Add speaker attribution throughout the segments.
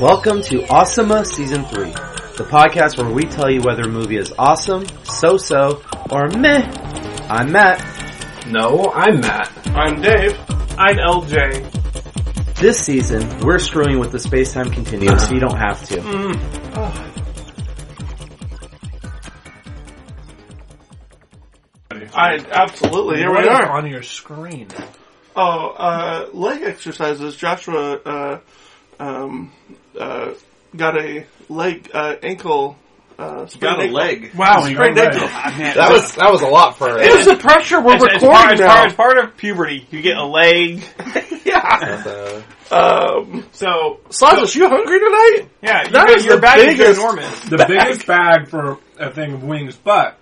Speaker 1: Welcome to Awesomea Season 3, the podcast where we tell you whether a movie is awesome, so-so, or meh. I'm Matt.
Speaker 2: No, I'm Matt.
Speaker 3: I'm Dave. I'm LJ.
Speaker 1: This season, we're screwing with the space-time continuum so you don't have to.
Speaker 3: I absolutely here
Speaker 4: What
Speaker 3: we
Speaker 4: is
Speaker 3: are.
Speaker 4: on your screen.
Speaker 3: Oh, uh, leg exercises. Joshua uh, um, uh, got a leg uh, ankle. Uh, sprained ankle.
Speaker 4: Wow,
Speaker 3: Sprained ankle.
Speaker 2: That was that was a lot for
Speaker 3: It was the pressure we're
Speaker 5: It's- it's part,
Speaker 3: recording
Speaker 5: it's
Speaker 3: now.
Speaker 5: part- it's part of puberty. You get a leg.
Speaker 3: yeah.
Speaker 2: Uh,
Speaker 3: Um,
Speaker 5: So
Speaker 3: Silas, you hungry tonight?
Speaker 5: Oh, yeah, you
Speaker 3: That
Speaker 5: get-
Speaker 3: is
Speaker 5: your
Speaker 3: the
Speaker 5: back
Speaker 3: biggest-
Speaker 5: is enormous.
Speaker 4: The biggest bag for a thing of wings, but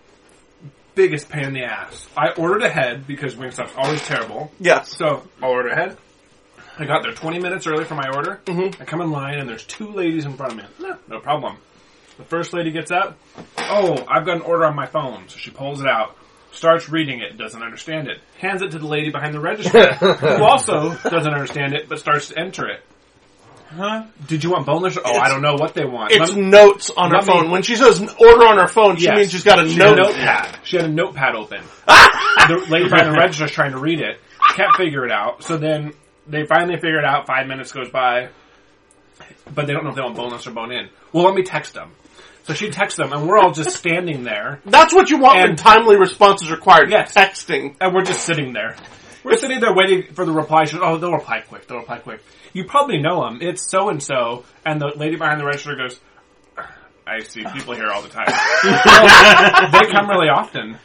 Speaker 4: biggest pain in the ass. I ordered ahead because Wingstop's always terrible.
Speaker 3: Yes.
Speaker 4: So I ordered ahead. I got there 20 minutes early for my order. I come in line and there's two ladies in front of me. No, no problem. The first lady gets up. Oh, I've got an order on my phone. So she pulls it out, starts reading it, doesn't understand it, hands it to the lady behind the register, who also doesn't understand it, but starts to enter it. Huh? Did you want boneless? Oh, I don't know what they want.
Speaker 3: It's
Speaker 4: Let-
Speaker 3: notes on her
Speaker 4: let me-
Speaker 3: phone. When she says order on her phone, she
Speaker 4: Yes.
Speaker 3: means she's got a
Speaker 4: She had
Speaker 3: note.
Speaker 4: a notepad. Ah! She had a notepad open. the lady behind the register's trying to read it. Can't figure it out. So then they finally figure it out. Five minutes goes by, but they don't know if they want boneless or bone in. Well, let me text them. So she texts them, and we're all just standing there,
Speaker 3: That's what you want when
Speaker 4: And-
Speaker 3: timely response is required.
Speaker 4: Yes.
Speaker 3: Texting.
Speaker 4: and we're just sitting there. We're sitting there waiting for the reply. She goes, "Oh, they'll reply quick. They'll reply quick." You probably know them. It's so and so, and the lady behind the register goes. I see people here all the time. they come really often.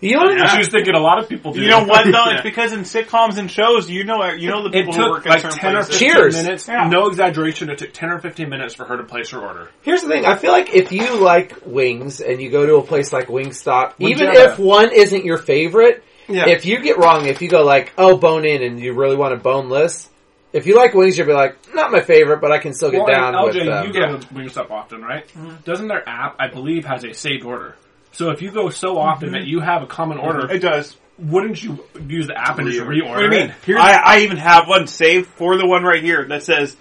Speaker 1: You know what?
Speaker 4: She was thinking a lot of people do.
Speaker 5: You know
Speaker 4: that.
Speaker 5: what though? It's because in sitcoms and shows, you know, you know the
Speaker 4: It
Speaker 5: people who
Speaker 4: took
Speaker 5: work
Speaker 4: like
Speaker 5: at certain
Speaker 4: 10 or
Speaker 5: places.
Speaker 4: 15
Speaker 1: Cheers.
Speaker 4: minutes.
Speaker 5: Yeah.
Speaker 4: No exaggeration. It took 10 or 15 minutes for her to place her order.
Speaker 1: Here's the thing. I feel like if you like wings and you go to a place like Wingstop, even
Speaker 4: Wingetta.
Speaker 1: if one isn't your favorite,
Speaker 3: Yeah.
Speaker 1: if you get wrong, if you go like, oh, bone in and you really want a boneless, if you like wings, you'll be like, not my favorite, but I can still get down
Speaker 4: LJ,
Speaker 1: with them.
Speaker 4: you go to Wingstop often, right?
Speaker 5: Mm-hmm.
Speaker 4: Doesn't their app, I believe, has a saved order? So if you go so often
Speaker 5: Mm-hmm.
Speaker 4: that you have a common order,
Speaker 3: It does.
Speaker 4: wouldn't you use the app and just reorder?
Speaker 5: What do you mean?
Speaker 4: it?
Speaker 5: I, I even have one saved for the one right here that says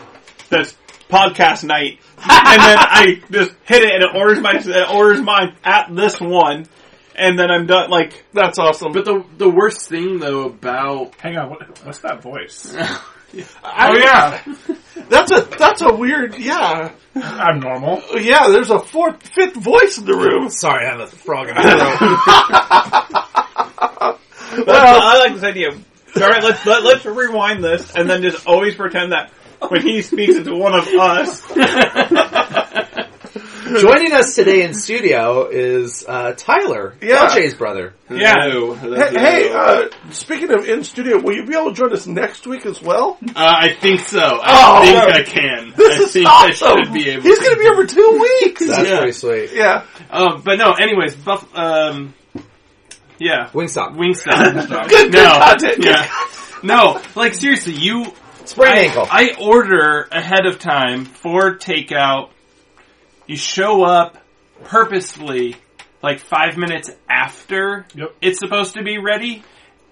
Speaker 5: that's podcast night, and then I just hit it and it orders my it orders mine at this one, and then I'm done. Like
Speaker 3: That's awesome.
Speaker 6: But the the worst thing though about
Speaker 4: Hang on, what, what's that voice?
Speaker 3: oh yeah, that's a that's a weird yeah
Speaker 4: I'm normal.
Speaker 3: yeah. There's a fourth fifth voice in the room.
Speaker 1: Sorry, I have a frog in my throat.
Speaker 5: I like this idea. All right, let's let, let's rewind this and then just always pretend that when he speaks, it's one of us.
Speaker 6: Uh,
Speaker 1: Joining us today in studio is uh, Tyler,
Speaker 3: Yeah.
Speaker 1: LJ's brother.
Speaker 5: Yeah.
Speaker 6: No,
Speaker 3: Hey,
Speaker 6: that's-
Speaker 3: hey
Speaker 6: no.
Speaker 3: uh, speaking of in studio, will you be able to join us next week as well?
Speaker 6: Uh, I think so.
Speaker 3: Oh,
Speaker 6: I think
Speaker 3: no.
Speaker 6: I can.
Speaker 3: This
Speaker 6: I
Speaker 3: is
Speaker 6: think
Speaker 3: awesome.
Speaker 6: I should be able.
Speaker 3: He's
Speaker 6: to
Speaker 3: going to be here for two weeks.
Speaker 1: That's
Speaker 6: Yeah.
Speaker 1: pretty sweet.
Speaker 3: yeah,
Speaker 6: Um, but no. Anyways, buff. Um, yeah,
Speaker 1: Wingstop.
Speaker 6: Wingstop.
Speaker 3: good, good
Speaker 6: no,
Speaker 3: content. good
Speaker 6: yeah, no. Like seriously, you.
Speaker 1: Sprained
Speaker 6: I,
Speaker 1: ankle.
Speaker 6: I order ahead of time for takeout. You show up purposely, like five minutes after
Speaker 4: Yep.
Speaker 6: it's supposed to be ready,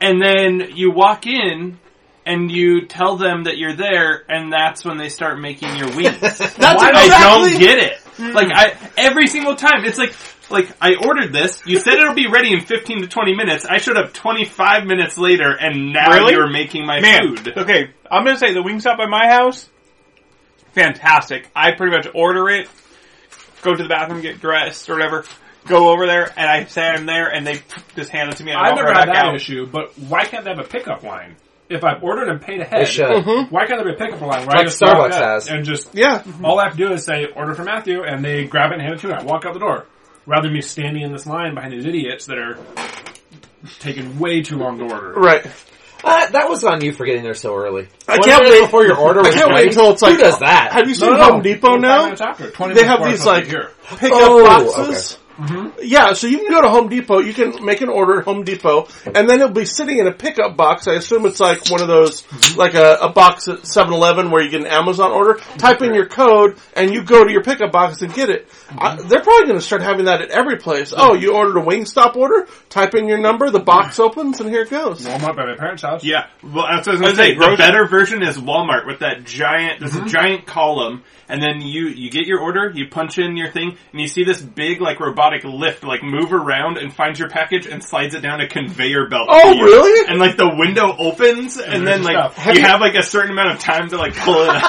Speaker 6: and then you walk in and you tell them that you're there, and that's when they start making your wings. that's Why I
Speaker 3: exactly-
Speaker 6: don't get it. Like I every single time, it's like like I ordered this. You said it'll be ready in fifteen to twenty minutes. I showed up twenty five minutes later, and now
Speaker 5: Really?
Speaker 6: you're making my
Speaker 5: Man,
Speaker 6: food.
Speaker 5: okay, I'm gonna say the Wingstop by my house, fantastic. I pretty much order it, go to the bathroom, get dressed or whatever, go over there, and I sat in there, and they just hand it to me. And I
Speaker 4: I've
Speaker 5: walk
Speaker 4: never
Speaker 5: right
Speaker 4: had
Speaker 5: back
Speaker 4: that
Speaker 5: out.
Speaker 4: issue, but why can't they have a pickup line? If I've ordered and paid ahead,
Speaker 1: should.
Speaker 3: Mm-hmm.
Speaker 4: why can't there be a pickup line? Where I
Speaker 1: Like
Speaker 4: just walk
Speaker 1: Starbucks
Speaker 4: up
Speaker 1: has.
Speaker 4: And just Mm-hmm.
Speaker 3: Yeah,
Speaker 4: All I have to do is say order for Matthew, and they grab it and hand it to me. I walk out the door, rather than me standing in this line behind these idiots that are taking way too long to order.
Speaker 3: right.
Speaker 1: Uh, that was on you for getting there so early.
Speaker 3: I
Speaker 1: One
Speaker 3: can't
Speaker 1: minute
Speaker 3: wait
Speaker 1: before your order.
Speaker 3: I
Speaker 1: Was
Speaker 3: can't wait
Speaker 1: ready?
Speaker 3: until it's like-
Speaker 1: who does that?
Speaker 3: Have you seen Home Depot
Speaker 4: Twenty-five
Speaker 3: now?
Speaker 4: minutes after, 20
Speaker 3: They
Speaker 4: minutes
Speaker 3: have
Speaker 4: before
Speaker 3: these
Speaker 4: I'm
Speaker 3: like
Speaker 4: supposed to be here.
Speaker 3: pickup
Speaker 1: Oh,
Speaker 3: boxes. Mm-hmm. Yeah, so you can go to Home Depot, you can make an order at Home Depot, and then it'll be sitting in a pickup box. I assume it's like one of those, like a, a box at 7-Eleven where you get an Amazon order. Type in your code, and you go to your pickup box and get it. I, they're probably going to start having that at every place. Oh, you ordered a Wingstop order? Type in your number, the box opens, and here it goes.
Speaker 4: Walmart by my parents' house.
Speaker 5: Yeah, well, that's what I was gonna
Speaker 6: I was
Speaker 5: say.
Speaker 6: gonna say,
Speaker 5: The
Speaker 6: grocery-
Speaker 5: better version is Walmart with that giant, this giant column, and then you you get your order, you punch in your thing, and you see this big like robotic lift like move around and finds your package and slides it down a conveyor belt.
Speaker 3: Oh,
Speaker 5: to you.
Speaker 3: really?
Speaker 5: And like the window opens, and, then
Speaker 4: there's
Speaker 5: like
Speaker 4: stuff.
Speaker 5: you have like a certain amount of time to like pull it. out.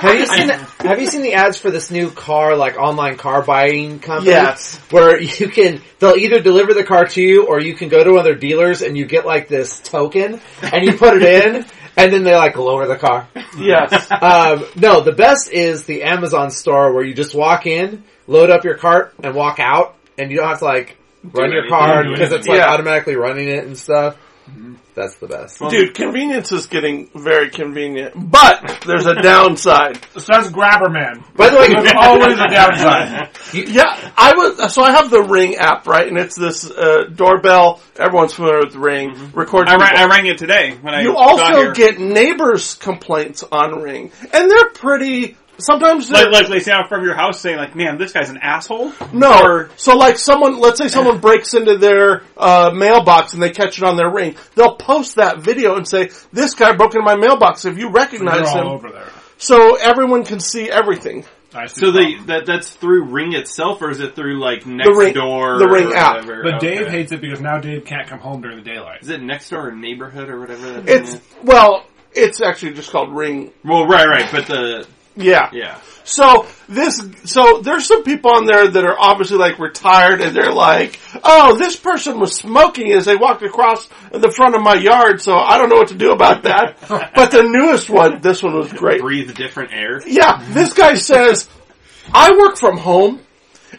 Speaker 1: Have you seen the, Have you seen the ads for this new car, like online car buying company?
Speaker 3: Yes.
Speaker 1: Where you can, they'll either deliver the car to you, or you can go to one of their dealers and you get like this token, and you put it in, and then they like lower the car.
Speaker 3: Yes.
Speaker 1: Um, no, the best is the Amazon store where you just walk in, load up your cart, and walk out, and you don't have to like run your
Speaker 5: anything,
Speaker 1: car
Speaker 5: do
Speaker 1: because it's
Speaker 5: anything. Mm-hmm.
Speaker 1: like
Speaker 3: Yeah.
Speaker 1: automatically running it and stuff. That's the best.
Speaker 3: Dude, convenience is getting very convenient, but there's a downside.
Speaker 4: So that's Grabber Man.
Speaker 1: By the way,
Speaker 4: There's always a downside.
Speaker 3: Yeah, I was. So I have the Ring app, right? And it's this uh, doorbell. Everyone's familiar with Ring. Records.
Speaker 5: Mm-hmm. I, rang,
Speaker 3: people.
Speaker 5: I rang it today when I
Speaker 3: you
Speaker 5: got
Speaker 3: also
Speaker 5: here.
Speaker 3: get neighbors' complaints on Ring, and they're pretty. Sometimes they're
Speaker 5: like like they sound from your house saying like, man, this guy's an asshole.
Speaker 3: no.
Speaker 5: or-
Speaker 3: so like someone, let's say someone breaks into their uh, mailbox and they catch it on their Ring, they'll post that video and say, "This guy broke into my mailbox. If you
Speaker 4: They're
Speaker 3: recognize him,
Speaker 4: all over there.
Speaker 3: so everyone can see everything."
Speaker 4: I see
Speaker 5: So
Speaker 4: the
Speaker 5: they
Speaker 4: problem.
Speaker 5: that that's through Ring itself, or is it through like next
Speaker 3: Ring-
Speaker 5: door?
Speaker 3: the Ring
Speaker 5: or
Speaker 3: app.
Speaker 5: whatever?
Speaker 4: But
Speaker 5: Okay.
Speaker 4: Dave hates it because now Dave can't come home during the daylight.
Speaker 5: Is it next door or neighborhood or whatever? That thing
Speaker 3: It's
Speaker 5: is?
Speaker 3: well, it's actually just called Ring.
Speaker 5: well, right, right, but the
Speaker 3: Yeah,
Speaker 5: yeah,
Speaker 3: So this, so there's some people on there that are obviously like retired and they're like, oh, this person was smoking as they walked across the front of my yard, so I don't know what to do about that. but the newest one, this one was great.
Speaker 5: breathe different air.
Speaker 3: Yeah, this guy says, I work from home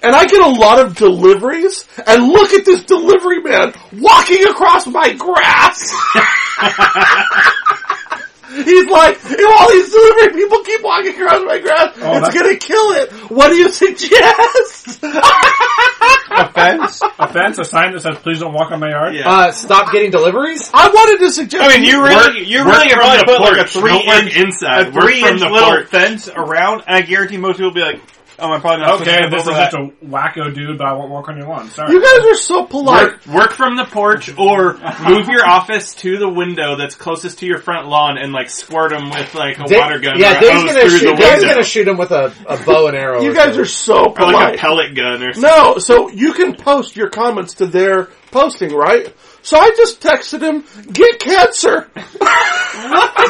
Speaker 3: and I get a lot of deliveries and look at this delivery man walking across my grass. He's like, if all these delivery people keep walking across my
Speaker 5: Oh,
Speaker 3: grass, it's
Speaker 4: that's-
Speaker 3: gonna kill it. What do you suggest?
Speaker 5: Offense.
Speaker 4: A fence, a sign that says "Please don't walk on my yard."
Speaker 5: Yeah.
Speaker 1: uh, stop getting deliveries.
Speaker 3: I wanted to suggest.
Speaker 5: I mean, you really, you
Speaker 6: work
Speaker 5: really
Speaker 6: from
Speaker 5: probably
Speaker 6: the
Speaker 5: put like a
Speaker 6: porch.
Speaker 5: three
Speaker 6: Don't work
Speaker 5: inch inside,
Speaker 6: a
Speaker 5: Work
Speaker 6: three
Speaker 5: from
Speaker 6: inch
Speaker 5: the
Speaker 6: little
Speaker 5: porch.
Speaker 6: fence around, and I guarantee most people will be like, "Oh, I'm probably not." supposed
Speaker 4: Okay,
Speaker 6: to
Speaker 4: this is
Speaker 6: jump over
Speaker 4: just
Speaker 6: that.
Speaker 4: a wacko dude, but I won't walk on your lawn. Sorry.
Speaker 3: you guys are so polite.
Speaker 5: Work, work from the porch, or move your office to the window that's closest to your front lawn, and like squirt them with like a
Speaker 1: Da-
Speaker 5: water gun. or
Speaker 1: yeah,
Speaker 5: a
Speaker 1: Dave's
Speaker 5: hose
Speaker 1: gonna
Speaker 5: through
Speaker 1: shoot.
Speaker 5: the
Speaker 1: Dave's
Speaker 5: window.
Speaker 1: gonna shoot him with a, a bow and arrow.
Speaker 3: You
Speaker 1: or
Speaker 3: guys
Speaker 1: something.
Speaker 3: are so
Speaker 5: or like a
Speaker 3: polite.
Speaker 5: pellet gun or something.
Speaker 3: No, so you can post your comments to their posting, right? So I just texted him, get cancer.
Speaker 5: Why?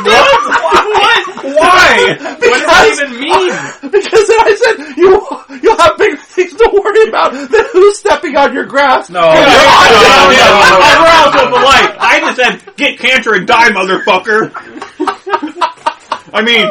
Speaker 5: What does
Speaker 3: Because-
Speaker 5: that even mean?
Speaker 3: because then I said, you, you'll have bigger things to worry about than who's stepping on your grass.
Speaker 4: No.
Speaker 3: And
Speaker 4: No,
Speaker 3: I-
Speaker 5: I'm arousal for life. I just said, get cancer and die, motherfucker. I mean,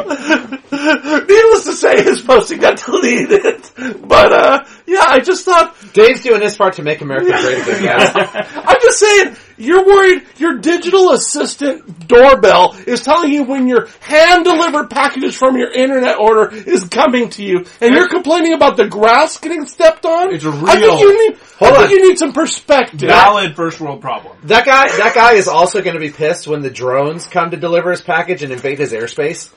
Speaker 3: Needless to say, his posting got deleted. But, uh, yeah, I just thought,
Speaker 1: Dave's doing his part to make America great again, guys.
Speaker 3: I'm just saying, you're worried your digital assistant doorbell is telling you when your hand delivered packages from your internet order is coming to you, and you're complaining about the grass getting stepped on?
Speaker 4: It's a
Speaker 3: I
Speaker 4: real-
Speaker 3: think you need,
Speaker 1: Hold
Speaker 3: I
Speaker 1: on.
Speaker 3: think you need some perspective.
Speaker 4: Valid first world problem.
Speaker 1: That guy, that guy is also going to be pissed when the drones come to deliver his package and invade his airspace.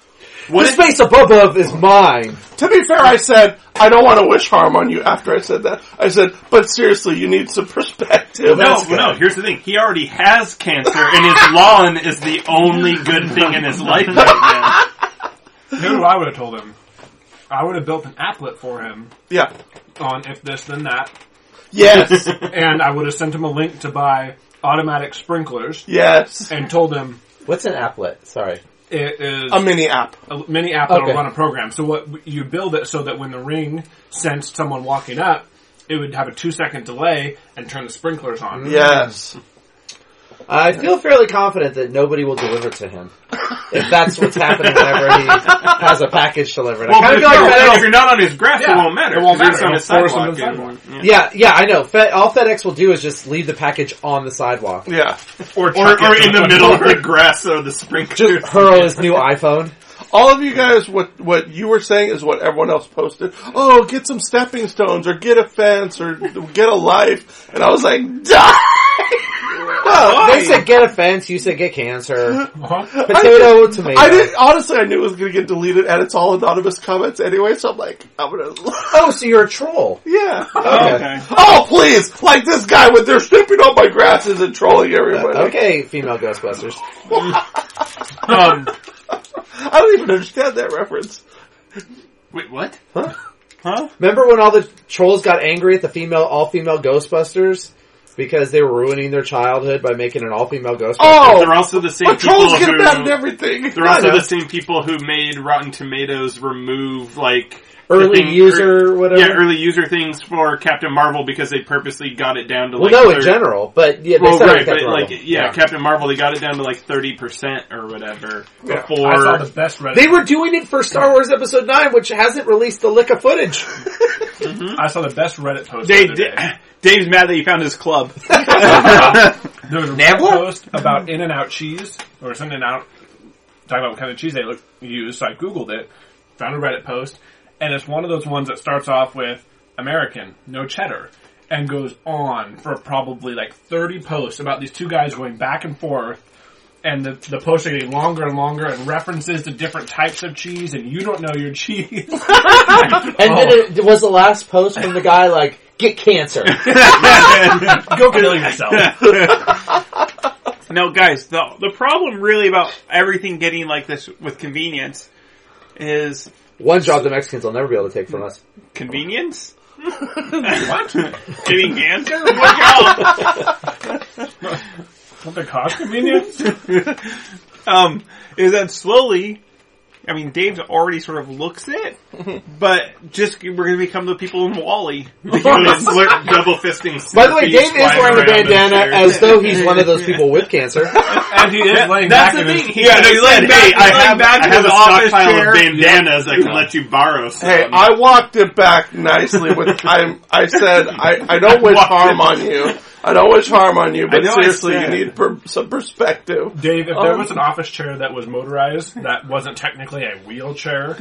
Speaker 1: the space above of is mine.
Speaker 3: To be fair, I said, I don't want to wish harm on you after I said that. I said, but seriously, you need some perspective.
Speaker 5: no, no, here's the thing. He already has cancer, and his lawn is the only good thing in his life right
Speaker 4: Here's what I would have told him. I would have built an applet for him
Speaker 3: Yeah.
Speaker 4: on if this then that,
Speaker 3: Yes.
Speaker 4: and I would have sent him a link to buy automatic sprinklers
Speaker 3: yes.
Speaker 4: and told him
Speaker 1: What's an applet? Sorry.
Speaker 4: it is
Speaker 3: A mini app.
Speaker 4: a mini app that'll
Speaker 1: Okay.
Speaker 4: run a program. So what you build it so that when the ring sensed someone walking up, it would have a two second delay and turn the sprinklers on.
Speaker 3: Yes.
Speaker 1: I feel fairly confident that nobody will deliver to him if that's what's happening whenever he has a package delivered. I
Speaker 5: now.
Speaker 1: kind
Speaker 5: Well,
Speaker 1: of
Speaker 5: if,
Speaker 1: feel
Speaker 5: you're,
Speaker 1: like
Speaker 5: not-
Speaker 1: FedEx
Speaker 5: if you're not on his grass,
Speaker 4: Yeah.
Speaker 5: it won't matter.
Speaker 4: It won't
Speaker 5: 'cause you're
Speaker 4: matter.
Speaker 5: just
Speaker 4: It'll
Speaker 5: on
Speaker 4: force
Speaker 5: his
Speaker 4: him to
Speaker 5: sidewalk. Mm.
Speaker 4: the
Speaker 5: and-
Speaker 1: Yeah, yeah, I know. Fed, all FedEx will do is just leave the package on the sidewalk.
Speaker 3: Yeah.
Speaker 5: Or, or in the middle of the grass, so the sprinkler.
Speaker 1: Just hurl his new iPhone.
Speaker 3: all of you guys, what what you were saying is what everyone else posted. Oh, get some stepping stones, or get a fence, or get a life. And I was like, die. No,
Speaker 1: They said get a fence. You said get cancer.
Speaker 4: Uh-huh.
Speaker 1: Potato, tomato.
Speaker 3: I didn't honestly. I knew it was going to get deleted, and it's all anonymous comments anyway. So I'm like, I'm gonna,
Speaker 1: Oh, so you're a troll.
Speaker 3: yeah.
Speaker 1: Okay.
Speaker 5: Okay.
Speaker 3: Oh please, like this guy with they're snooping on my grasses and trolling everybody.
Speaker 1: Okay, female Ghostbusters.
Speaker 6: Um,
Speaker 3: I don't even understand that reference.
Speaker 6: wait, what?
Speaker 5: Huh?
Speaker 1: Remember when all the trolls got angry at the female, all female Ghostbusters because they were ruining their childhood by making an all female Ghostbusters?
Speaker 3: Oh,
Speaker 6: They're also the same
Speaker 3: but
Speaker 6: people
Speaker 3: trolls get
Speaker 6: who.
Speaker 3: mad at everything.
Speaker 6: They're also
Speaker 1: I know.
Speaker 6: the same people who made Rotten Tomatoes remove like
Speaker 1: Early
Speaker 6: the thing-
Speaker 1: user, whatever.
Speaker 6: Yeah, early user things for Captain Marvel because they purposely got it down to
Speaker 1: well,
Speaker 6: like.
Speaker 1: no, in
Speaker 6: thir-
Speaker 1: general, but yeah, they
Speaker 6: Well,
Speaker 1: said
Speaker 6: right,
Speaker 1: that
Speaker 6: but
Speaker 1: wrong.
Speaker 6: like, yeah, Captain Marvel, they got it down to like thirty percent or whatever before.
Speaker 4: I saw the best Reddit.
Speaker 1: They were doing it for Star Wars Episode 9, which hasn't released a lick of footage.
Speaker 4: I saw the best Reddit post.
Speaker 5: They
Speaker 4: the other
Speaker 5: did.
Speaker 4: day.
Speaker 5: Dave's mad that he found his club.
Speaker 4: There was a Reddit
Speaker 1: Nabla?
Speaker 4: post about In and Out cheese or something out talking about what kind of cheese they look, use. So I googled it, found a Reddit post, and it's one of those ones that starts off with American, no cheddar, and goes on for probably like thirty posts about these two guys going back and forth. And the, the posts are getting longer and longer and references to different types of cheese and you don't know your cheese.
Speaker 1: And then it, was the last post from the guy like, get cancer.
Speaker 4: Go kill yourself.
Speaker 5: No, guys, the the problem really about everything getting like this with convenience is
Speaker 1: One job the Mexicans will never be able to take from us.
Speaker 5: convenience. what? Getting cancer? What y'all?
Speaker 4: What the cost convenience?
Speaker 5: Um, is that slowly? I mean, Dave's already sort of looks it, but just we're going to become the people in Wally, double fisting.
Speaker 1: By the way,
Speaker 5: Slurpees
Speaker 1: Dave is
Speaker 5: flying
Speaker 1: wearing a
Speaker 5: around in
Speaker 1: bandana
Speaker 5: chairs.
Speaker 1: as though he's one of those people with cancer.
Speaker 4: And he is laying back
Speaker 6: That's the
Speaker 4: in his-
Speaker 6: thing.
Speaker 5: Yeah, no, he's like, hey, I have,
Speaker 6: back
Speaker 5: I
Speaker 6: in
Speaker 5: have
Speaker 6: his
Speaker 5: a
Speaker 6: office
Speaker 5: stockpile
Speaker 6: chair.
Speaker 5: of bandanas I can let you borrow. Some.
Speaker 3: Hey, I walked it back nicely with I. I said I, I don't wish
Speaker 5: Walked it
Speaker 3: harm on you. I don't wish harm on you,
Speaker 5: I
Speaker 3: but
Speaker 5: know I
Speaker 3: seriously, you
Speaker 5: said.
Speaker 3: need per, some perspective.
Speaker 4: Dave, if there
Speaker 3: Um,
Speaker 4: was an office chair that was motorized that wasn't technically a wheelchair,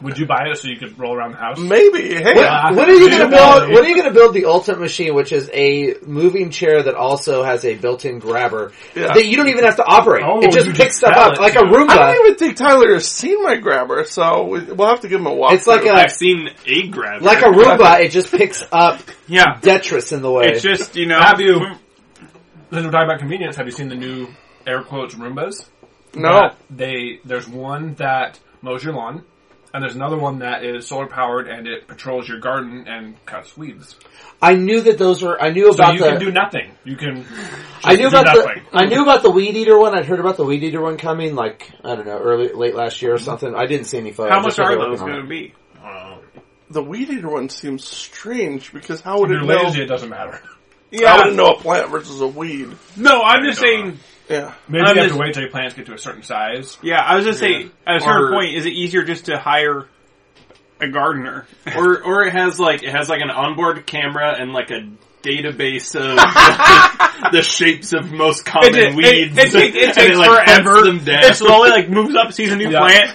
Speaker 4: would you buy it so you could roll around the house?
Speaker 3: Maybe. Hey,
Speaker 4: Yeah.
Speaker 1: When are you going to
Speaker 4: Yeah.
Speaker 1: build? When are you going to build the ultimate machine, which is a moving chair that also has a built-in grabber
Speaker 3: Yeah.
Speaker 1: that you don't even have to operate?
Speaker 4: Oh,
Speaker 1: it just
Speaker 4: you
Speaker 1: picks
Speaker 4: just
Speaker 1: stuff
Speaker 4: tell
Speaker 1: up
Speaker 4: it
Speaker 1: like a
Speaker 4: to.
Speaker 3: I
Speaker 1: Roomba.
Speaker 3: don't even think Tyler has seen my grabber, so we- we'll have to give him a walk.
Speaker 1: It's like a
Speaker 5: I've seen a grab.
Speaker 1: like a Roomba. It just picks up
Speaker 5: yeah.
Speaker 1: detritus in the way.
Speaker 5: It's just you know.
Speaker 4: Have you? Since we're talking about convenience, have you seen the new air quotes Roombas?
Speaker 3: no.
Speaker 4: That They there's one that mows your lawn, and there's another one that is solar powered and it patrols your garden and cuts weeds.
Speaker 1: I knew that those were. I knew
Speaker 4: So
Speaker 1: about
Speaker 4: you
Speaker 1: the.
Speaker 4: can do nothing. You can.
Speaker 1: I knew
Speaker 4: do
Speaker 1: about
Speaker 4: nothing.
Speaker 1: the. I knew about the weed eater one. I'd heard about the weed eater one coming. Like I don't know, early late last year or something. I didn't see any photos.
Speaker 5: How
Speaker 1: I
Speaker 5: much
Speaker 1: just know
Speaker 5: are
Speaker 1: they're working
Speaker 5: those
Speaker 1: on it.
Speaker 5: going to be?
Speaker 3: The weed eater one seems strange because how would
Speaker 4: If
Speaker 3: it
Speaker 4: you're
Speaker 3: know?
Speaker 4: lazy, it doesn't matter.
Speaker 3: How would it know a plant versus a weed?
Speaker 5: No, I'm just saying.
Speaker 3: Yeah.
Speaker 6: Um,
Speaker 4: Maybe
Speaker 5: I'm
Speaker 4: you have
Speaker 5: just-
Speaker 4: to wait till your plants get to a certain size.
Speaker 5: Yeah, I was just saying. At a certain
Speaker 4: Or-
Speaker 5: point, is it easier just to hire a gardener?
Speaker 6: or or it has like it has like an onboard camera and like a database of the shapes of most common
Speaker 5: It,
Speaker 6: weeds.
Speaker 5: it, it, take- it
Speaker 6: And
Speaker 5: takes
Speaker 6: like, hunts
Speaker 5: forever.
Speaker 6: Them down.
Speaker 5: It slowly like moves up, sees a new
Speaker 4: Yeah.
Speaker 5: plant,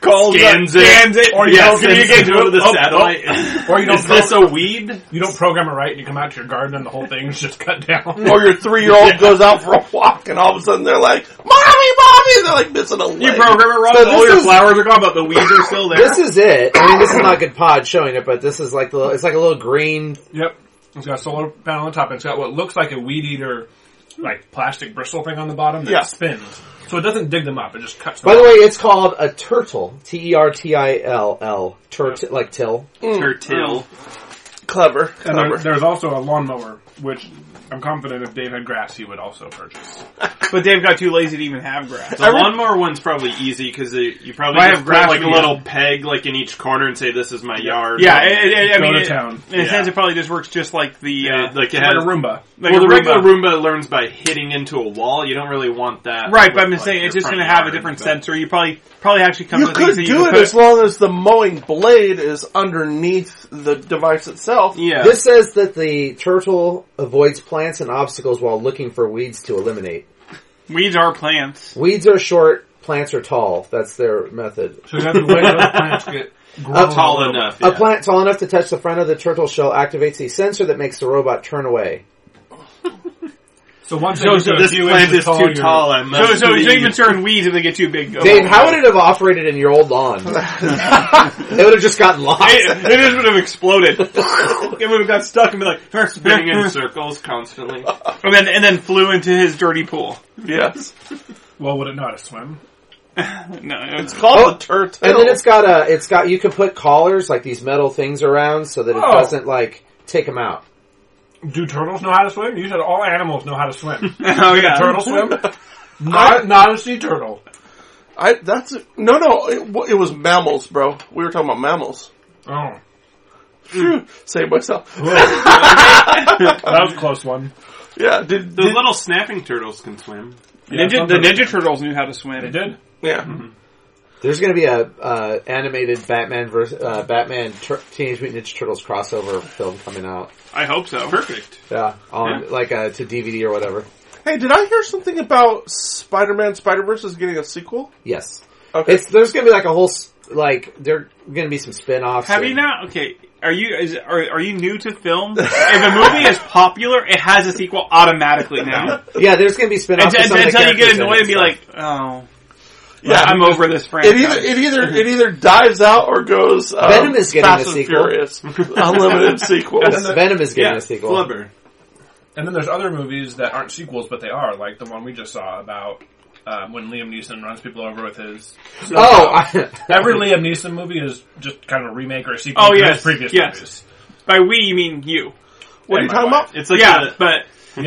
Speaker 5: calls,
Speaker 6: Scans
Speaker 5: up,
Speaker 6: it.
Speaker 5: scans it,
Speaker 4: Or you
Speaker 5: yes,
Speaker 4: don't get
Speaker 5: communicates
Speaker 4: into it
Speaker 5: with
Speaker 6: the
Speaker 5: oh,
Speaker 6: satellite.
Speaker 4: Or you don't
Speaker 6: Is this a weed?
Speaker 4: You don't program it right, and you come out to your garden, and the whole thing's just cut down.
Speaker 3: Or your three year old goes out for a walk and all of a sudden they're like, Mommy, Mommy! They're like missing a leg.
Speaker 5: You program it wrong,
Speaker 1: So
Speaker 5: all
Speaker 1: this
Speaker 5: your
Speaker 1: is-
Speaker 5: flowers are gone, but the weeds are still there.
Speaker 1: This is it. I mean, this is not good pod showing it, but this is like the. It's like a little green.
Speaker 4: Yep. It's got a solar panel on top. and It's got what looks like a weed eater, like plastic bristle thing on the bottom that
Speaker 3: Yeah.
Speaker 4: spins. So it doesn't dig them up. It just cuts them.
Speaker 1: By the
Speaker 4: up.
Speaker 1: way, it's called a turtle. T e r t i l l. Turt like till.
Speaker 5: Or till.
Speaker 3: Clever.
Speaker 4: and there,
Speaker 3: Clever.
Speaker 4: there's also a lawnmower, which I'm confident if Dave had grass, he would also purchase.
Speaker 5: But Dave got too lazy to even have grass.
Speaker 6: The lawnmower one's probably easy because you probably
Speaker 5: Why
Speaker 6: just
Speaker 5: have
Speaker 6: put
Speaker 5: grass
Speaker 6: like a
Speaker 5: in the
Speaker 6: little
Speaker 5: yard?
Speaker 6: peg like in each corner and say this is my yard.
Speaker 5: Yeah, it, it, I
Speaker 4: Go
Speaker 5: mean,
Speaker 4: to
Speaker 5: it,
Speaker 4: town.
Speaker 5: in a
Speaker 6: Yeah.
Speaker 5: sense, it probably just works just like the uh,
Speaker 6: It- like
Speaker 4: It's
Speaker 6: it
Speaker 4: like
Speaker 6: has.
Speaker 4: a Roomba.
Speaker 5: like
Speaker 6: well,
Speaker 5: a
Speaker 6: the regular
Speaker 5: Roomba.
Speaker 6: Roomba learns by hitting into a wall. You don't really want that,
Speaker 5: Right,
Speaker 6: with,
Speaker 5: but I'm just
Speaker 6: like,
Speaker 5: saying
Speaker 6: your
Speaker 5: it's just
Speaker 6: front
Speaker 5: going to have a
Speaker 6: yard,
Speaker 5: different
Speaker 6: but-
Speaker 5: sensor. You probably probably actually come
Speaker 3: You
Speaker 5: to things
Speaker 3: could
Speaker 5: that you
Speaker 3: do
Speaker 5: can
Speaker 3: it
Speaker 5: put-
Speaker 3: as long as the mowing blade is underneath the device itself.
Speaker 5: yeah.
Speaker 1: This says that the turtle avoids plants and obstacles while looking for weeds to eliminate.
Speaker 5: Weeds are plants.
Speaker 1: Weeds are short, plants are tall. That's their method.
Speaker 4: So you have to wait till the plants get
Speaker 1: Up
Speaker 4: grown.
Speaker 5: Tall enough.
Speaker 1: A
Speaker 5: yeah.
Speaker 1: plant tall enough to touch the front of the turtle shell activates a sensor that makes the robot turn away.
Speaker 4: So once they
Speaker 6: So,
Speaker 4: get to a
Speaker 6: this
Speaker 4: few
Speaker 6: plant
Speaker 4: inches
Speaker 6: is too
Speaker 4: you're-
Speaker 6: tall. I must
Speaker 5: So, so you
Speaker 6: leave.
Speaker 5: even turn weeds if they get too big.
Speaker 1: Dave, how would it have operated in your old lawn? it would have just gotten lost.
Speaker 5: It, it just would have exploded. it would have got stuck and been like
Speaker 6: spinning in circles constantly.
Speaker 5: and then and then flew into his dirty pool.
Speaker 3: Yes.
Speaker 4: Well, would it not have swim?
Speaker 5: No, it's called
Speaker 1: Oh,
Speaker 5: a turtle.
Speaker 1: And then it's got a, it's got, you can put collars, like these metal things around so that it
Speaker 4: Oh.
Speaker 1: doesn't like take them out.
Speaker 4: Do turtles know how to swim? You said all animals know how to swim.
Speaker 5: oh yeah,
Speaker 4: Turtle swim? Not, not a sea turtle.
Speaker 3: I, that's, no, no, it, w- it was mammals, bro. We were talking about mammals.
Speaker 4: Oh.
Speaker 3: Phew, Saved myself.
Speaker 4: that was a close one.
Speaker 3: Yeah, did,
Speaker 6: Those
Speaker 3: did
Speaker 6: little snapping turtles can swim.
Speaker 5: Ninja, the Ninja Turtles knew how to swim.
Speaker 4: They did.
Speaker 3: yeah.
Speaker 1: There's going to be a uh, animated Batman vers uh, Batman Tur- Teenage Mutant Ninja Turtles crossover film coming out.
Speaker 5: I hope so. Perfect.
Speaker 1: Yeah, on like uh, to DVD or whatever.
Speaker 3: Hey, did I hear something about Spider-Man Spider-Verse is getting a sequel?
Speaker 1: Yes,
Speaker 3: Okay.
Speaker 1: it's there's going to be like a whole s- like there going to be some spin-offs.
Speaker 5: Have you
Speaker 1: and-
Speaker 5: not? Okay, are you is, are are you new to film? if a movie is popular, it has a sequel automatically now.
Speaker 1: Yeah, there's going to be spin-offs
Speaker 5: Until,
Speaker 1: of some of the
Speaker 5: until you get
Speaker 1: characters in
Speaker 5: annoyed
Speaker 1: it
Speaker 5: and be
Speaker 1: stuff.
Speaker 5: like, oh,
Speaker 3: yeah,
Speaker 5: I'm over this
Speaker 3: It
Speaker 5: franchise.
Speaker 3: either it either it either dies out or goes. Um,
Speaker 1: Venom is getting
Speaker 3: Fast
Speaker 1: a
Speaker 3: and
Speaker 1: sequel.
Speaker 3: Furious, unlimited sequels.
Speaker 1: Venom is getting
Speaker 5: yeah,
Speaker 1: a sequel.
Speaker 5: Flubber.
Speaker 4: And then there's other movies that aren't sequels, but they are, like the one we just saw about um, when Liam Neeson runs people over with his.
Speaker 1: Oh, I,
Speaker 4: Every Liam Neeson movie is just kind of a remake or a sequel
Speaker 5: Oh,
Speaker 4: to
Speaker 5: yes,
Speaker 4: his previous
Speaker 5: yes. By we, you mean you.
Speaker 3: what are you
Speaker 4: and
Speaker 3: talking
Speaker 4: my
Speaker 3: about?
Speaker 6: It's like
Speaker 5: yeah,
Speaker 6: a,
Speaker 5: but
Speaker 4: movies.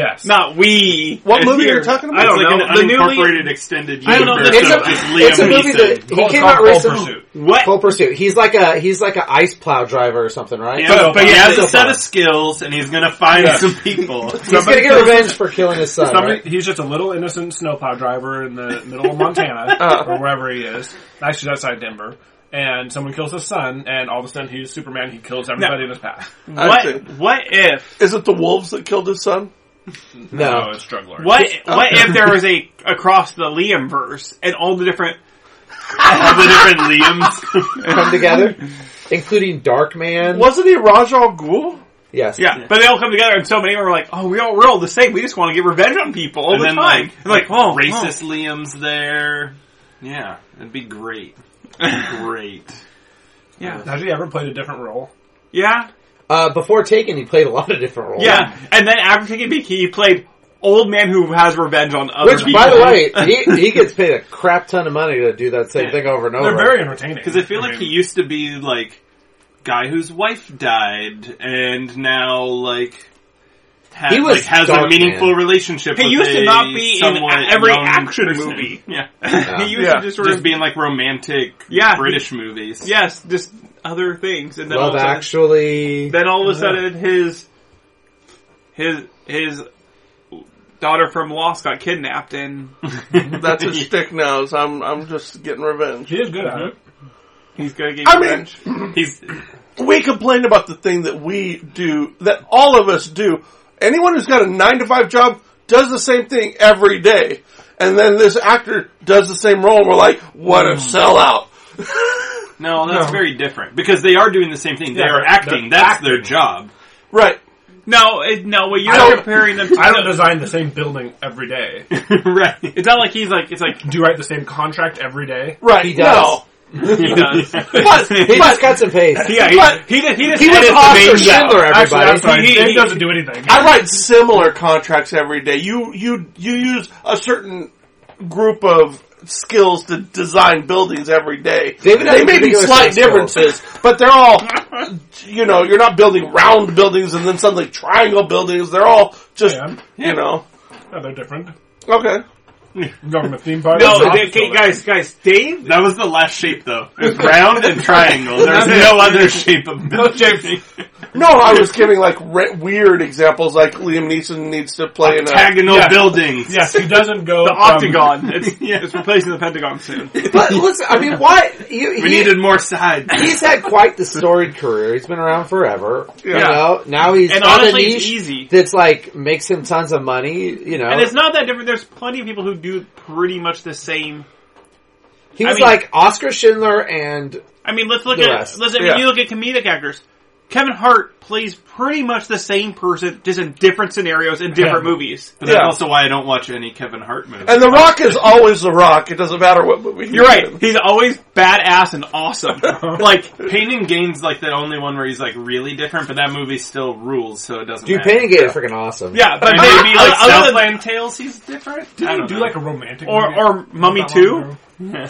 Speaker 4: Yes.
Speaker 5: not we.
Speaker 3: What
Speaker 5: It's
Speaker 3: movie are you
Speaker 5: here.
Speaker 3: talking about?
Speaker 5: I
Speaker 6: I
Speaker 5: don't
Speaker 6: don't
Speaker 5: know.
Speaker 6: like
Speaker 5: the
Speaker 6: an
Speaker 5: newly
Speaker 6: unincorporated extended
Speaker 5: I don't know,
Speaker 6: universe.
Speaker 5: this
Speaker 1: it's
Speaker 5: is
Speaker 6: of
Speaker 1: a,
Speaker 6: just
Speaker 1: it's a
Speaker 6: Liam
Speaker 1: movie that
Speaker 6: Neeson.
Speaker 1: he
Speaker 4: Well, it's
Speaker 1: came
Speaker 4: called
Speaker 1: out
Speaker 4: Full
Speaker 1: recently.
Speaker 4: Pursuit.
Speaker 5: what?
Speaker 1: Full Pursuit. He's like a he's like a ice plow driver or something, right?
Speaker 6: Yeah,
Speaker 4: But-
Speaker 6: but,
Speaker 4: but
Speaker 6: he
Speaker 4: yeah,
Speaker 6: has
Speaker 1: so
Speaker 6: a set
Speaker 1: far.
Speaker 6: of skills, and he's gonna find
Speaker 4: Yeah.
Speaker 6: some people.
Speaker 1: He's going to get revenge for killing his son.
Speaker 4: Somebody,
Speaker 1: right?
Speaker 4: He's just a little innocent snowplow driver in the middle of Montana
Speaker 1: Oh.
Speaker 4: or wherever he is. Actually, that's outside Denver. And someone kills his son, and all of a sudden he's Superman. He kills everybody in his path.
Speaker 3: see.
Speaker 5: What? What if?
Speaker 3: Is it the wolves that killed his son?
Speaker 4: No,
Speaker 1: No,
Speaker 4: Oh, it's drug lord.
Speaker 5: What? What if there was a across the Liam verse and all the different?
Speaker 6: All the different Liams.
Speaker 1: come together, including Dark Man.
Speaker 3: Wasn't he Rajal Ghul?
Speaker 1: Yes.
Speaker 5: Yeah, but they all come together, and so many of them are like, "Oh, we all we're all the same. We just want to get revenge on people all
Speaker 6: And
Speaker 5: the
Speaker 6: then,
Speaker 5: time."
Speaker 6: like,
Speaker 5: And, like, oh,
Speaker 6: Racist Liams there. Yeah, it'd be great. Great.
Speaker 5: oh. yeah,
Speaker 4: Has he ever played a different role?
Speaker 5: oh, yeah,
Speaker 1: Uh, before Taken, he played a lot of different roles.
Speaker 5: yeah. And then after taking Big, he played old man who has revenge on other
Speaker 1: Which,
Speaker 5: people.
Speaker 1: by the way, he, he gets paid a crap ton of money to do that same thing over and over.
Speaker 4: They're very entertaining.
Speaker 6: Because I feel like he used to be like guy whose wife died, and now like ha-
Speaker 1: He was
Speaker 6: like, has a
Speaker 1: Dark
Speaker 6: meaningful
Speaker 1: Man.
Speaker 6: relationship.
Speaker 5: he
Speaker 6: with
Speaker 5: used
Speaker 6: a
Speaker 5: to not be in
Speaker 6: somewhat
Speaker 5: every
Speaker 6: young
Speaker 5: action
Speaker 6: person.
Speaker 5: movie.
Speaker 6: Yeah,
Speaker 1: Yeah.
Speaker 5: He used
Speaker 3: Yeah.
Speaker 5: to just sort
Speaker 6: just
Speaker 5: of be
Speaker 6: being like romantic
Speaker 5: Yeah.
Speaker 6: British movies.
Speaker 5: yes, just other things, and then all
Speaker 1: Love
Speaker 5: of a sudden-
Speaker 1: Actually.
Speaker 5: then all of a sudden his his his daughter from Lost got kidnapped and
Speaker 3: That's his shtick now. Is I'm I'm just getting revenge.
Speaker 4: He is good at it.
Speaker 5: he's gonna get
Speaker 3: I mean-
Speaker 5: revenge. he's
Speaker 3: We complain about the thing that we do, that all of us do. Anyone who's got a nine to five job does the same thing every day, and then this actor does the same role. and We're like, what a
Speaker 5: Hmm.
Speaker 3: sellout.
Speaker 6: No, that's
Speaker 4: No.
Speaker 6: very different because they are doing the same thing. They
Speaker 4: Yeah,
Speaker 6: are acting. That's their job.
Speaker 3: Right.
Speaker 5: no, it, no. What
Speaker 4: I don't-
Speaker 5: you're comparing them to,
Speaker 4: I don't design the same building every day.
Speaker 6: right.
Speaker 5: it's not like he's like it's like
Speaker 4: Do you write the same contract every day?
Speaker 3: Right.
Speaker 1: He does.
Speaker 3: No.
Speaker 5: he does.
Speaker 3: But,
Speaker 1: He
Speaker 3: but
Speaker 1: just cuts and pastes.
Speaker 5: yeah,
Speaker 3: But-
Speaker 5: he, he, just- he just
Speaker 1: He was
Speaker 5: edits the
Speaker 1: Oscar
Speaker 5: main job.
Speaker 1: Schindler,
Speaker 4: Actually,
Speaker 1: everybody.
Speaker 4: I'm sorry.
Speaker 5: He-
Speaker 4: Dave
Speaker 5: he-
Speaker 4: doesn't do anything.
Speaker 3: I write similar contracts every day. You you you use a certain group of skills to design buildings every day.
Speaker 1: David has
Speaker 3: they
Speaker 1: a
Speaker 3: may be
Speaker 1: particular
Speaker 3: slight
Speaker 1: set of skills.
Speaker 3: differences, but they're all you know, you're not building round buildings and then suddenly triangle buildings. They're all just
Speaker 4: Yeah.
Speaker 3: you know.
Speaker 4: No, they're different.
Speaker 3: Okay.
Speaker 4: Go from a theme park.
Speaker 5: No,
Speaker 4: to an
Speaker 5: they-
Speaker 4: office building.
Speaker 5: guys, guys, Dave.
Speaker 6: That was the last shape, though. It was round and triangle. There was no other shape of building.
Speaker 3: No, I was giving like re- weird examples like Liam Neeson needs to play in a
Speaker 6: Octagonal
Speaker 4: Yeah.
Speaker 6: buildings. Um,
Speaker 4: Yes, he doesn't go
Speaker 5: The
Speaker 4: from-
Speaker 5: octagon. It's, it's replacing the Pentagon soon.
Speaker 1: But listen, I mean, why? You,
Speaker 6: We needed more sides.
Speaker 1: he's had quite the storied career. He's been around forever. You
Speaker 3: Yeah.
Speaker 1: know, now he's
Speaker 5: And
Speaker 1: on
Speaker 5: honestly,
Speaker 1: a
Speaker 5: it's
Speaker 1: niche
Speaker 5: easy.
Speaker 1: that's like makes him tons of money. You know,
Speaker 5: And it's not that different. There's plenty of people who do pretty much the same
Speaker 1: He was
Speaker 5: mean-
Speaker 1: like Oscar Schindler and
Speaker 5: I mean, let's look
Speaker 1: The
Speaker 5: at
Speaker 1: rest.
Speaker 5: let's when
Speaker 3: Yeah.
Speaker 5: you look at comedic actors. Kevin Hart plays pretty much the same person, just in different scenarios in different movies.
Speaker 6: But that's
Speaker 3: Yeah.
Speaker 6: also why I don't watch any Kevin Hart movies.
Speaker 3: And The Rock is always The Rock. It doesn't matter what movie.
Speaker 5: You're right. He's always badass and awesome. like,
Speaker 6: Pain and Gain's like the only one where he's like really different, but that movie still rules, so it doesn't
Speaker 1: Dude
Speaker 6: matter.
Speaker 1: Pain and Gate is freaking awesome.
Speaker 5: yeah, but
Speaker 6: And maybe like
Speaker 5: other than,
Speaker 6: Southland Tales, he's different. I
Speaker 4: Didn't
Speaker 6: don't
Speaker 4: he do
Speaker 6: know.
Speaker 4: like a romantic
Speaker 5: or
Speaker 4: movie?
Speaker 5: or Mummy
Speaker 4: Not long
Speaker 5: Two.
Speaker 4: ago.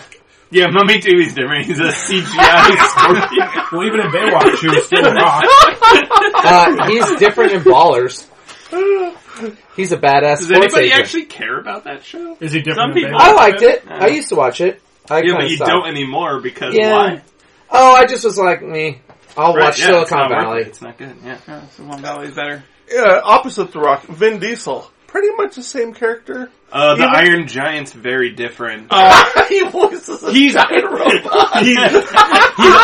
Speaker 6: yeah, Mummy Two, he's different. He's a CGI scorpion.
Speaker 4: Well, even in Baywatch, she was still a rock.
Speaker 1: Uh, he's different in Ballers. He's a badass
Speaker 6: Does
Speaker 1: sports
Speaker 6: anybody
Speaker 1: agent.
Speaker 6: actually care about that show?
Speaker 4: Is he different?
Speaker 5: Some
Speaker 4: in
Speaker 5: people-
Speaker 4: Baywatch?
Speaker 1: I liked it. I used to watch it. I
Speaker 6: Yeah,
Speaker 1: kinda
Speaker 6: but you
Speaker 1: sucked.
Speaker 6: don't anymore because
Speaker 1: Yeah.
Speaker 6: why?
Speaker 1: Oh, I just was like, me. I'll
Speaker 6: Right,
Speaker 1: watch
Speaker 6: yeah, it's
Speaker 1: Silicon
Speaker 6: not worth it.
Speaker 1: Valley.
Speaker 6: It's not good. Yeah.
Speaker 5: Silicon Valley is better.
Speaker 3: Yeah, opposite The Rock, Vin Diesel. Pretty much the same character.
Speaker 6: Uh, the
Speaker 3: Even-
Speaker 6: Iron Giant's very different.
Speaker 5: Oh,
Speaker 3: he voices a
Speaker 5: He's-
Speaker 3: giant robot.
Speaker 5: He's, he's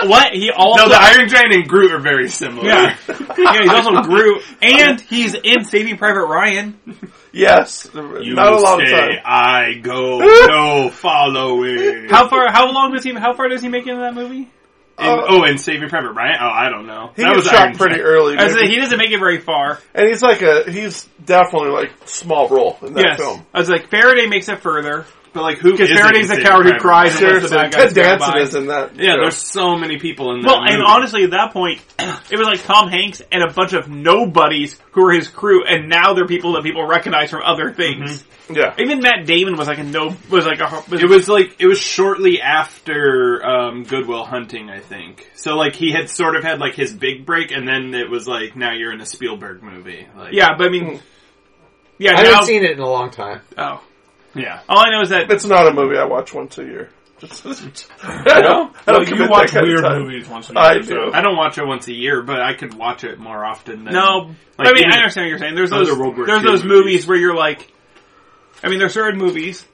Speaker 5: what he also
Speaker 6: no, the Iron Giant and Groot are very similar.
Speaker 5: yeah. yeah he's also Groot and he's in Saving Private Ryan.
Speaker 3: yes,
Speaker 6: You
Speaker 3: not a long
Speaker 6: say,
Speaker 3: time.
Speaker 6: I go, no following.
Speaker 5: How uh, far? How long does he? How far does he make into that movie?
Speaker 6: And, oh, and Saving Private Ryan? Oh, I don't know.
Speaker 3: He
Speaker 6: that
Speaker 3: was
Speaker 6: was
Speaker 3: shot
Speaker 6: Iron
Speaker 3: pretty
Speaker 6: Giant.
Speaker 3: early,
Speaker 5: I was
Speaker 3: maybe.
Speaker 5: like, he doesn't make it very far.
Speaker 3: and he's like a he's definitely like small role in that
Speaker 5: yes,
Speaker 3: film.
Speaker 5: I was like Faraday makes it further
Speaker 6: But like, who
Speaker 5: because
Speaker 6: isn't
Speaker 5: Faraday's the
Speaker 6: in
Speaker 5: coward who
Speaker 6: Saving Private
Speaker 5: cries and
Speaker 3: Seriously,
Speaker 5: lets the bad guys
Speaker 3: Ted
Speaker 5: go
Speaker 3: Danson
Speaker 5: by.
Speaker 3: is in that.
Speaker 6: Ryan? Yeah,
Speaker 3: show.
Speaker 6: there's so many people in that
Speaker 5: Well, and
Speaker 6: movie.
Speaker 5: honestly, at that point, it was like Tom Hanks and a bunch of nobodies who were his crew, and now they're people that people recognize from other things.
Speaker 3: yeah.
Speaker 5: Even Matt Damon was like a no, was like a.
Speaker 6: It was like it was shortly after um, Goodwill Hunting, I think. So like he had sort of had like his big break, and then it was like now you're in a Spielberg movie. Like,
Speaker 5: yeah, but I mean, yeah.
Speaker 1: I
Speaker 5: now,
Speaker 1: haven't seen it in a long time.
Speaker 5: oh,
Speaker 6: yeah.
Speaker 5: all I know is that
Speaker 3: It's not a movie I watch once a year. Just, I
Speaker 6: No?
Speaker 3: don't, I don't
Speaker 4: Well,
Speaker 3: commit
Speaker 4: you watch
Speaker 3: that kind of
Speaker 4: weird
Speaker 3: time.
Speaker 4: movies once in a
Speaker 3: I
Speaker 4: year,
Speaker 3: do.
Speaker 4: so-
Speaker 6: I don't watch it once a year, but I could watch it more often. Than,
Speaker 5: No,
Speaker 6: Like,
Speaker 5: I mean
Speaker 6: even-
Speaker 5: I understand what you're saying. There's
Speaker 6: Those
Speaker 5: those
Speaker 6: are World War
Speaker 5: there's
Speaker 6: II
Speaker 5: those
Speaker 6: movies.
Speaker 5: movies. where you're like, I mean, there's certain movies.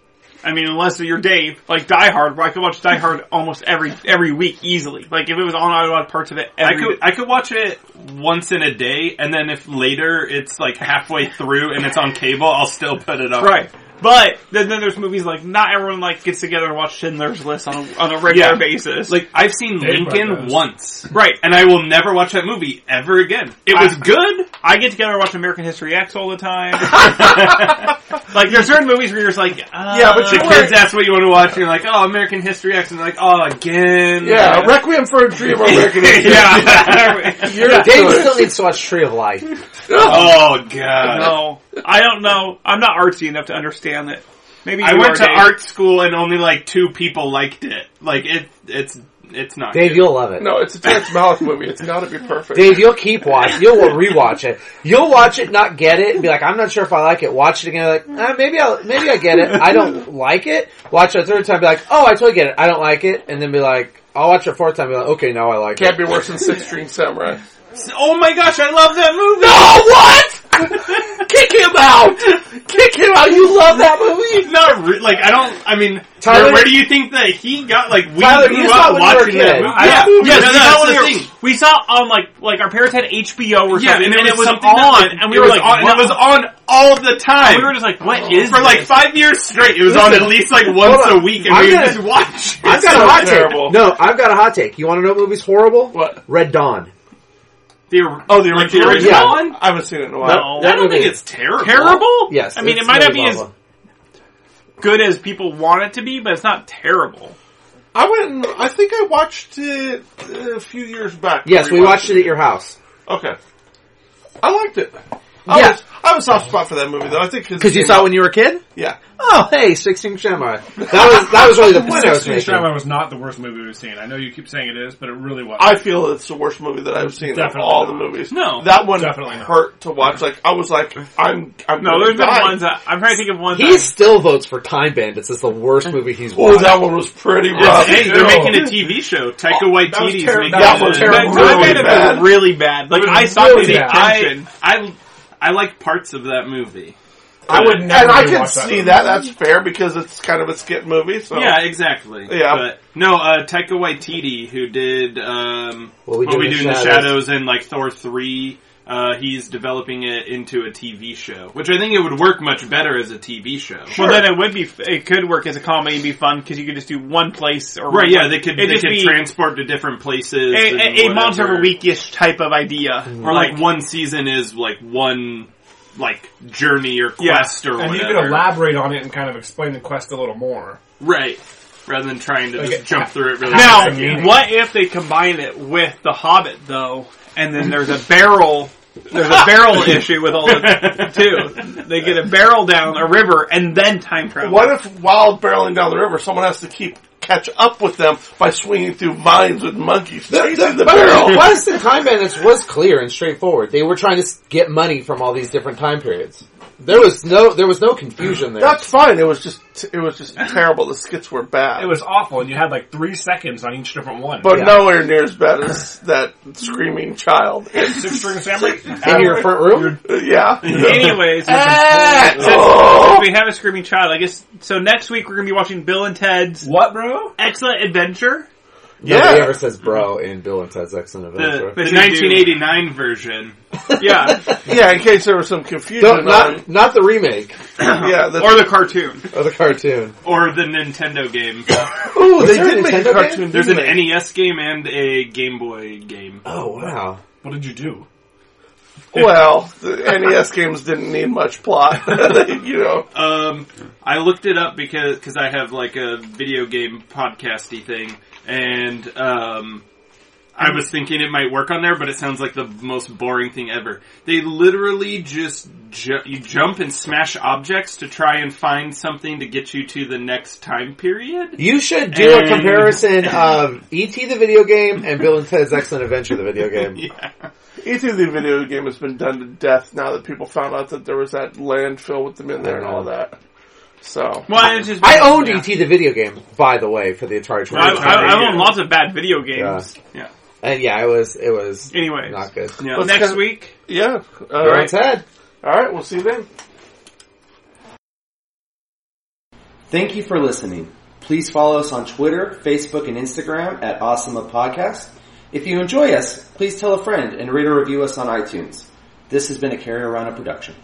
Speaker 5: I mean, unless you're Dave, like Die Hard, where I could watch Die Hard almost every every week easily. Like if it was on, I would watch parts of it.
Speaker 6: I
Speaker 5: Every
Speaker 6: could I could watch it once in a day, and then if later it's like halfway through and it's on cable, I'll still put it on.
Speaker 5: right. But then, then there's movies like not everyone like gets together and watch Schindler's List on a, on a regular
Speaker 6: Yeah.
Speaker 5: basis.
Speaker 6: Like I've seen
Speaker 4: Everybody
Speaker 6: Lincoln
Speaker 4: does.
Speaker 6: once,
Speaker 5: right.
Speaker 6: and I will never watch that movie ever again. It was
Speaker 5: I-
Speaker 6: good.
Speaker 5: I get together and watch American History X all the time. like there's certain movies where you're just like, uh,
Speaker 3: Yeah, but you
Speaker 6: the
Speaker 3: weren't-
Speaker 6: kids ask what you want to watch, and you're like, oh, American History X, and they're like, oh, again.
Speaker 3: Yeah, Requiem for a Dream or American History.
Speaker 5: yeah.
Speaker 3: You're
Speaker 1: Dave still needs to watch Tree of Life.
Speaker 6: Oh god.
Speaker 5: no, I don't know. I'm not artsy enough to understand it. Maybe
Speaker 6: I
Speaker 5: you
Speaker 6: went
Speaker 5: are,
Speaker 6: to
Speaker 5: Dave.
Speaker 6: art school and only like two people liked it. Like it, it's it's not.
Speaker 1: Dave,
Speaker 6: good.
Speaker 1: you'll love it.
Speaker 3: No, it's a Terrence Malick movie. It's got to be perfect.
Speaker 1: Dave, you'll keep watch. You'll rewatch it. You'll watch it, not get it, and be like, "I'm not sure if I like it." Watch it again, like, "Ah, maybe I, maybe I get it. I don't like it. Watch it a third time, be like, "Oh, I totally get it. I don't like it," and then be like, "I'll watch it a fourth time, be like, okay, now I like
Speaker 3: Can't
Speaker 1: it."
Speaker 3: be worse than Six String Samurai.
Speaker 5: Oh my gosh, I love that movie.
Speaker 1: Oh, what? Kick him out! Kick him out! You love that movie?
Speaker 6: Not re- like I don't. I mean,
Speaker 1: Tyler-
Speaker 6: where, where do you think that he got? Like we
Speaker 1: Tyler, you
Speaker 6: grew
Speaker 1: saw
Speaker 6: up
Speaker 1: it when you were a
Speaker 6: watching that
Speaker 1: kid.
Speaker 6: movie.
Speaker 1: I-
Speaker 5: Yeah, yeah,
Speaker 6: Yeah, no,
Speaker 5: no,
Speaker 6: that's
Speaker 5: that's
Speaker 6: the
Speaker 5: the
Speaker 6: thing.
Speaker 5: thing. We saw on like like our parents had HBO or something,
Speaker 6: Yeah, and it was, something
Speaker 5: on,
Speaker 6: that,
Speaker 5: and we were
Speaker 6: it
Speaker 5: like,
Speaker 6: was on, and it was on all the time.
Speaker 5: we were just like, what is
Speaker 6: for like
Speaker 5: this?
Speaker 6: five years straight. It was on at least like once
Speaker 1: Hold
Speaker 6: a
Speaker 1: on.
Speaker 6: week, and
Speaker 1: I'm
Speaker 6: we would
Speaker 1: gonna-
Speaker 6: just watch.
Speaker 1: I've got
Speaker 3: so
Speaker 1: a hot
Speaker 3: terrible.
Speaker 1: take. No, I've got a hot take. You want to know what movie's horrible?
Speaker 3: What?
Speaker 1: Red Dawn.
Speaker 6: The, oh, the
Speaker 5: Like the
Speaker 6: original
Speaker 5: original
Speaker 1: Yeah.
Speaker 5: one?
Speaker 3: I haven't seen it in a while.
Speaker 5: No.
Speaker 6: I don't
Speaker 1: movie
Speaker 6: think
Speaker 1: is
Speaker 6: it's terrible.
Speaker 5: Terrible?
Speaker 1: Yes.
Speaker 5: I mean, it
Speaker 1: it's
Speaker 5: might not
Speaker 1: really
Speaker 5: be as
Speaker 1: awful.
Speaker 5: good as people want it to be, but it's not terrible.
Speaker 3: I went. And, I think I watched it uh, a few years back.
Speaker 1: Yes, we
Speaker 3: Rewatched
Speaker 1: watched it at your house
Speaker 3: Okay, I liked it. I
Speaker 1: Yeah.
Speaker 3: was, I have a soft spot for that movie though. I think
Speaker 1: because you saw it when you were a kid.
Speaker 3: yeah.
Speaker 1: Oh, hey, Six String Samurai. That was that was really the point I
Speaker 4: Six
Speaker 1: was
Speaker 4: Feet
Speaker 1: making.
Speaker 4: Shrapnel was not the worst movie we've seen. I know you keep saying it is, but it really was.
Speaker 3: I feel it's the worst movie that I've seen
Speaker 4: Definitely
Speaker 3: of all
Speaker 4: not.
Speaker 3: the movies.
Speaker 5: No.
Speaker 3: that one
Speaker 4: Definitely not.
Speaker 3: hurt to watch. Like I was like, I'm. I'm
Speaker 5: No,
Speaker 3: gonna
Speaker 5: there's been
Speaker 3: die.
Speaker 5: ones that, I'm trying to think of ones
Speaker 1: He still votes for Time Bandits as the worst movie he's
Speaker 3: Oh,
Speaker 1: watched.
Speaker 3: that one was pretty rough.
Speaker 5: hey, they're
Speaker 4: Ew.
Speaker 5: making a TV show.
Speaker 6: Oh,
Speaker 5: Taika Waititi's
Speaker 4: terrible.
Speaker 5: making
Speaker 4: That was
Speaker 5: a-
Speaker 3: terrible.
Speaker 5: That
Speaker 3: Really
Speaker 5: made it
Speaker 3: bad.
Speaker 5: really bad. Like,
Speaker 6: It was
Speaker 5: I stopped
Speaker 6: really
Speaker 5: paying
Speaker 4: bad.
Speaker 5: attention.
Speaker 6: I I like parts of that movie.
Speaker 3: I
Speaker 4: would never
Speaker 3: And I
Speaker 4: rewatch
Speaker 3: can
Speaker 4: that
Speaker 3: see
Speaker 4: movie.
Speaker 3: that. That's fair because it's kind of a skit movie. So
Speaker 6: Yeah, exactly.
Speaker 3: Yeah.
Speaker 6: But, no, uh, Taika Waititi, who did um,
Speaker 1: What We Do in the
Speaker 6: in the
Speaker 1: Shadows.
Speaker 6: Shadows and like Thor three. Uh, he's developing it into a TV show, which I think it would work much better as a TV show.
Speaker 5: Well, then it would be. It could work as a comedy and be fun because you could just do one place or
Speaker 6: Right?
Speaker 5: one
Speaker 6: Yeah,
Speaker 5: place.
Speaker 6: they could
Speaker 5: It'd
Speaker 6: they
Speaker 5: just
Speaker 6: could
Speaker 5: be
Speaker 6: transport to different places.
Speaker 5: a,
Speaker 6: and
Speaker 5: a, a monster
Speaker 6: whatever.
Speaker 5: of a weekish type of idea,
Speaker 6: or like, one season is like one like journey or
Speaker 5: Yeah,
Speaker 6: quest or
Speaker 4: And you
Speaker 6: whatever.
Speaker 4: could elaborate on it and kind of explain the quest a little more.
Speaker 6: right? Rather than trying to
Speaker 4: Okay.
Speaker 6: just jump through it really
Speaker 5: Now,
Speaker 6: quick.
Speaker 4: meaning.
Speaker 5: what if they combine it with The Hobbit though, and then there's a barrel, there's a barrel issue with all the two. They get a barrel down a river and then time travel.
Speaker 3: What if while barreling down the river, someone has to keep catch up with them by swinging through vines with monkeys chasing the barrel?
Speaker 2: Plus, the time bandits was clear and straightforward. They were trying to s- get money from all these different time periods. There was no, there was no confusion there.
Speaker 3: That's fine. It was just it was just terrible. The skits were bad,
Speaker 4: It was awful, and you had like three seconds on each different one.
Speaker 3: but
Speaker 2: Yeah.
Speaker 3: nowhere near as bad as that screaming child.
Speaker 4: Six string family
Speaker 2: in your front room.
Speaker 3: yeah.
Speaker 5: Anyways, since
Speaker 3: Oh.
Speaker 5: we have a screaming child, I guess. So next week we're gonna be watching Bill and Ted's
Speaker 4: What, bro?
Speaker 5: Excellent Adventure.
Speaker 2: Nobody
Speaker 3: Yeah.
Speaker 2: ever says bro in Bill and Ted's Excellent Adventure.
Speaker 5: The
Speaker 6: The
Speaker 5: 1980.
Speaker 6: 1989 version.
Speaker 5: Yeah.
Speaker 3: Yeah, in case there was some confusion
Speaker 2: Don't- not, not the remake
Speaker 3: on yeah, the,
Speaker 5: or the cartoon.
Speaker 2: of the cartoon.
Speaker 6: Or the Nintendo game.
Speaker 3: ooh, they
Speaker 2: there a
Speaker 3: did make a
Speaker 2: Nintendo
Speaker 3: cartoon.
Speaker 2: game?
Speaker 6: There's an
Speaker 3: didn't they?
Speaker 6: NES game and a Game Boy game.
Speaker 2: Oh wow.
Speaker 4: What did you do?
Speaker 3: Well, the NES games didn't need much plot. you know,
Speaker 6: Um, I looked it up because cause I have like a video game podcasty thing, and um, I was thinking it might work on there, but it sounds like the most boring thing ever. They literally just ju- you jump and smash objects to try and find something to get you to the next time period.
Speaker 2: You should do
Speaker 6: And-
Speaker 2: a comparison of ET the video game and Bill and Ted's Excellent Adventure the video game.
Speaker 6: Yeah.
Speaker 3: E.T. the video game has been done to death now that people found out that there was that landfill with them in there and all that. So,
Speaker 5: Well, it's just
Speaker 2: I owned
Speaker 5: yeah.
Speaker 2: ET the video game, by the way, for the Atari
Speaker 5: I,
Speaker 2: 2600.
Speaker 5: I, I own lots of bad video games. Yeah.
Speaker 2: uh, and yeah, it was it was
Speaker 5: Anyways,
Speaker 2: not good.
Speaker 5: yeah.
Speaker 3: Let's
Speaker 5: next
Speaker 3: go-
Speaker 5: week.
Speaker 3: yeah. All
Speaker 2: Bill
Speaker 3: right.
Speaker 2: and Ted.
Speaker 3: All right. We'll see you then.
Speaker 1: Thank you for listening. Please follow us on Twitter, Facebook, and Instagram at Awesome Podcast. If you enjoy us, please tell a friend and rate or review us on iTunes. This has been a Carry Around a production.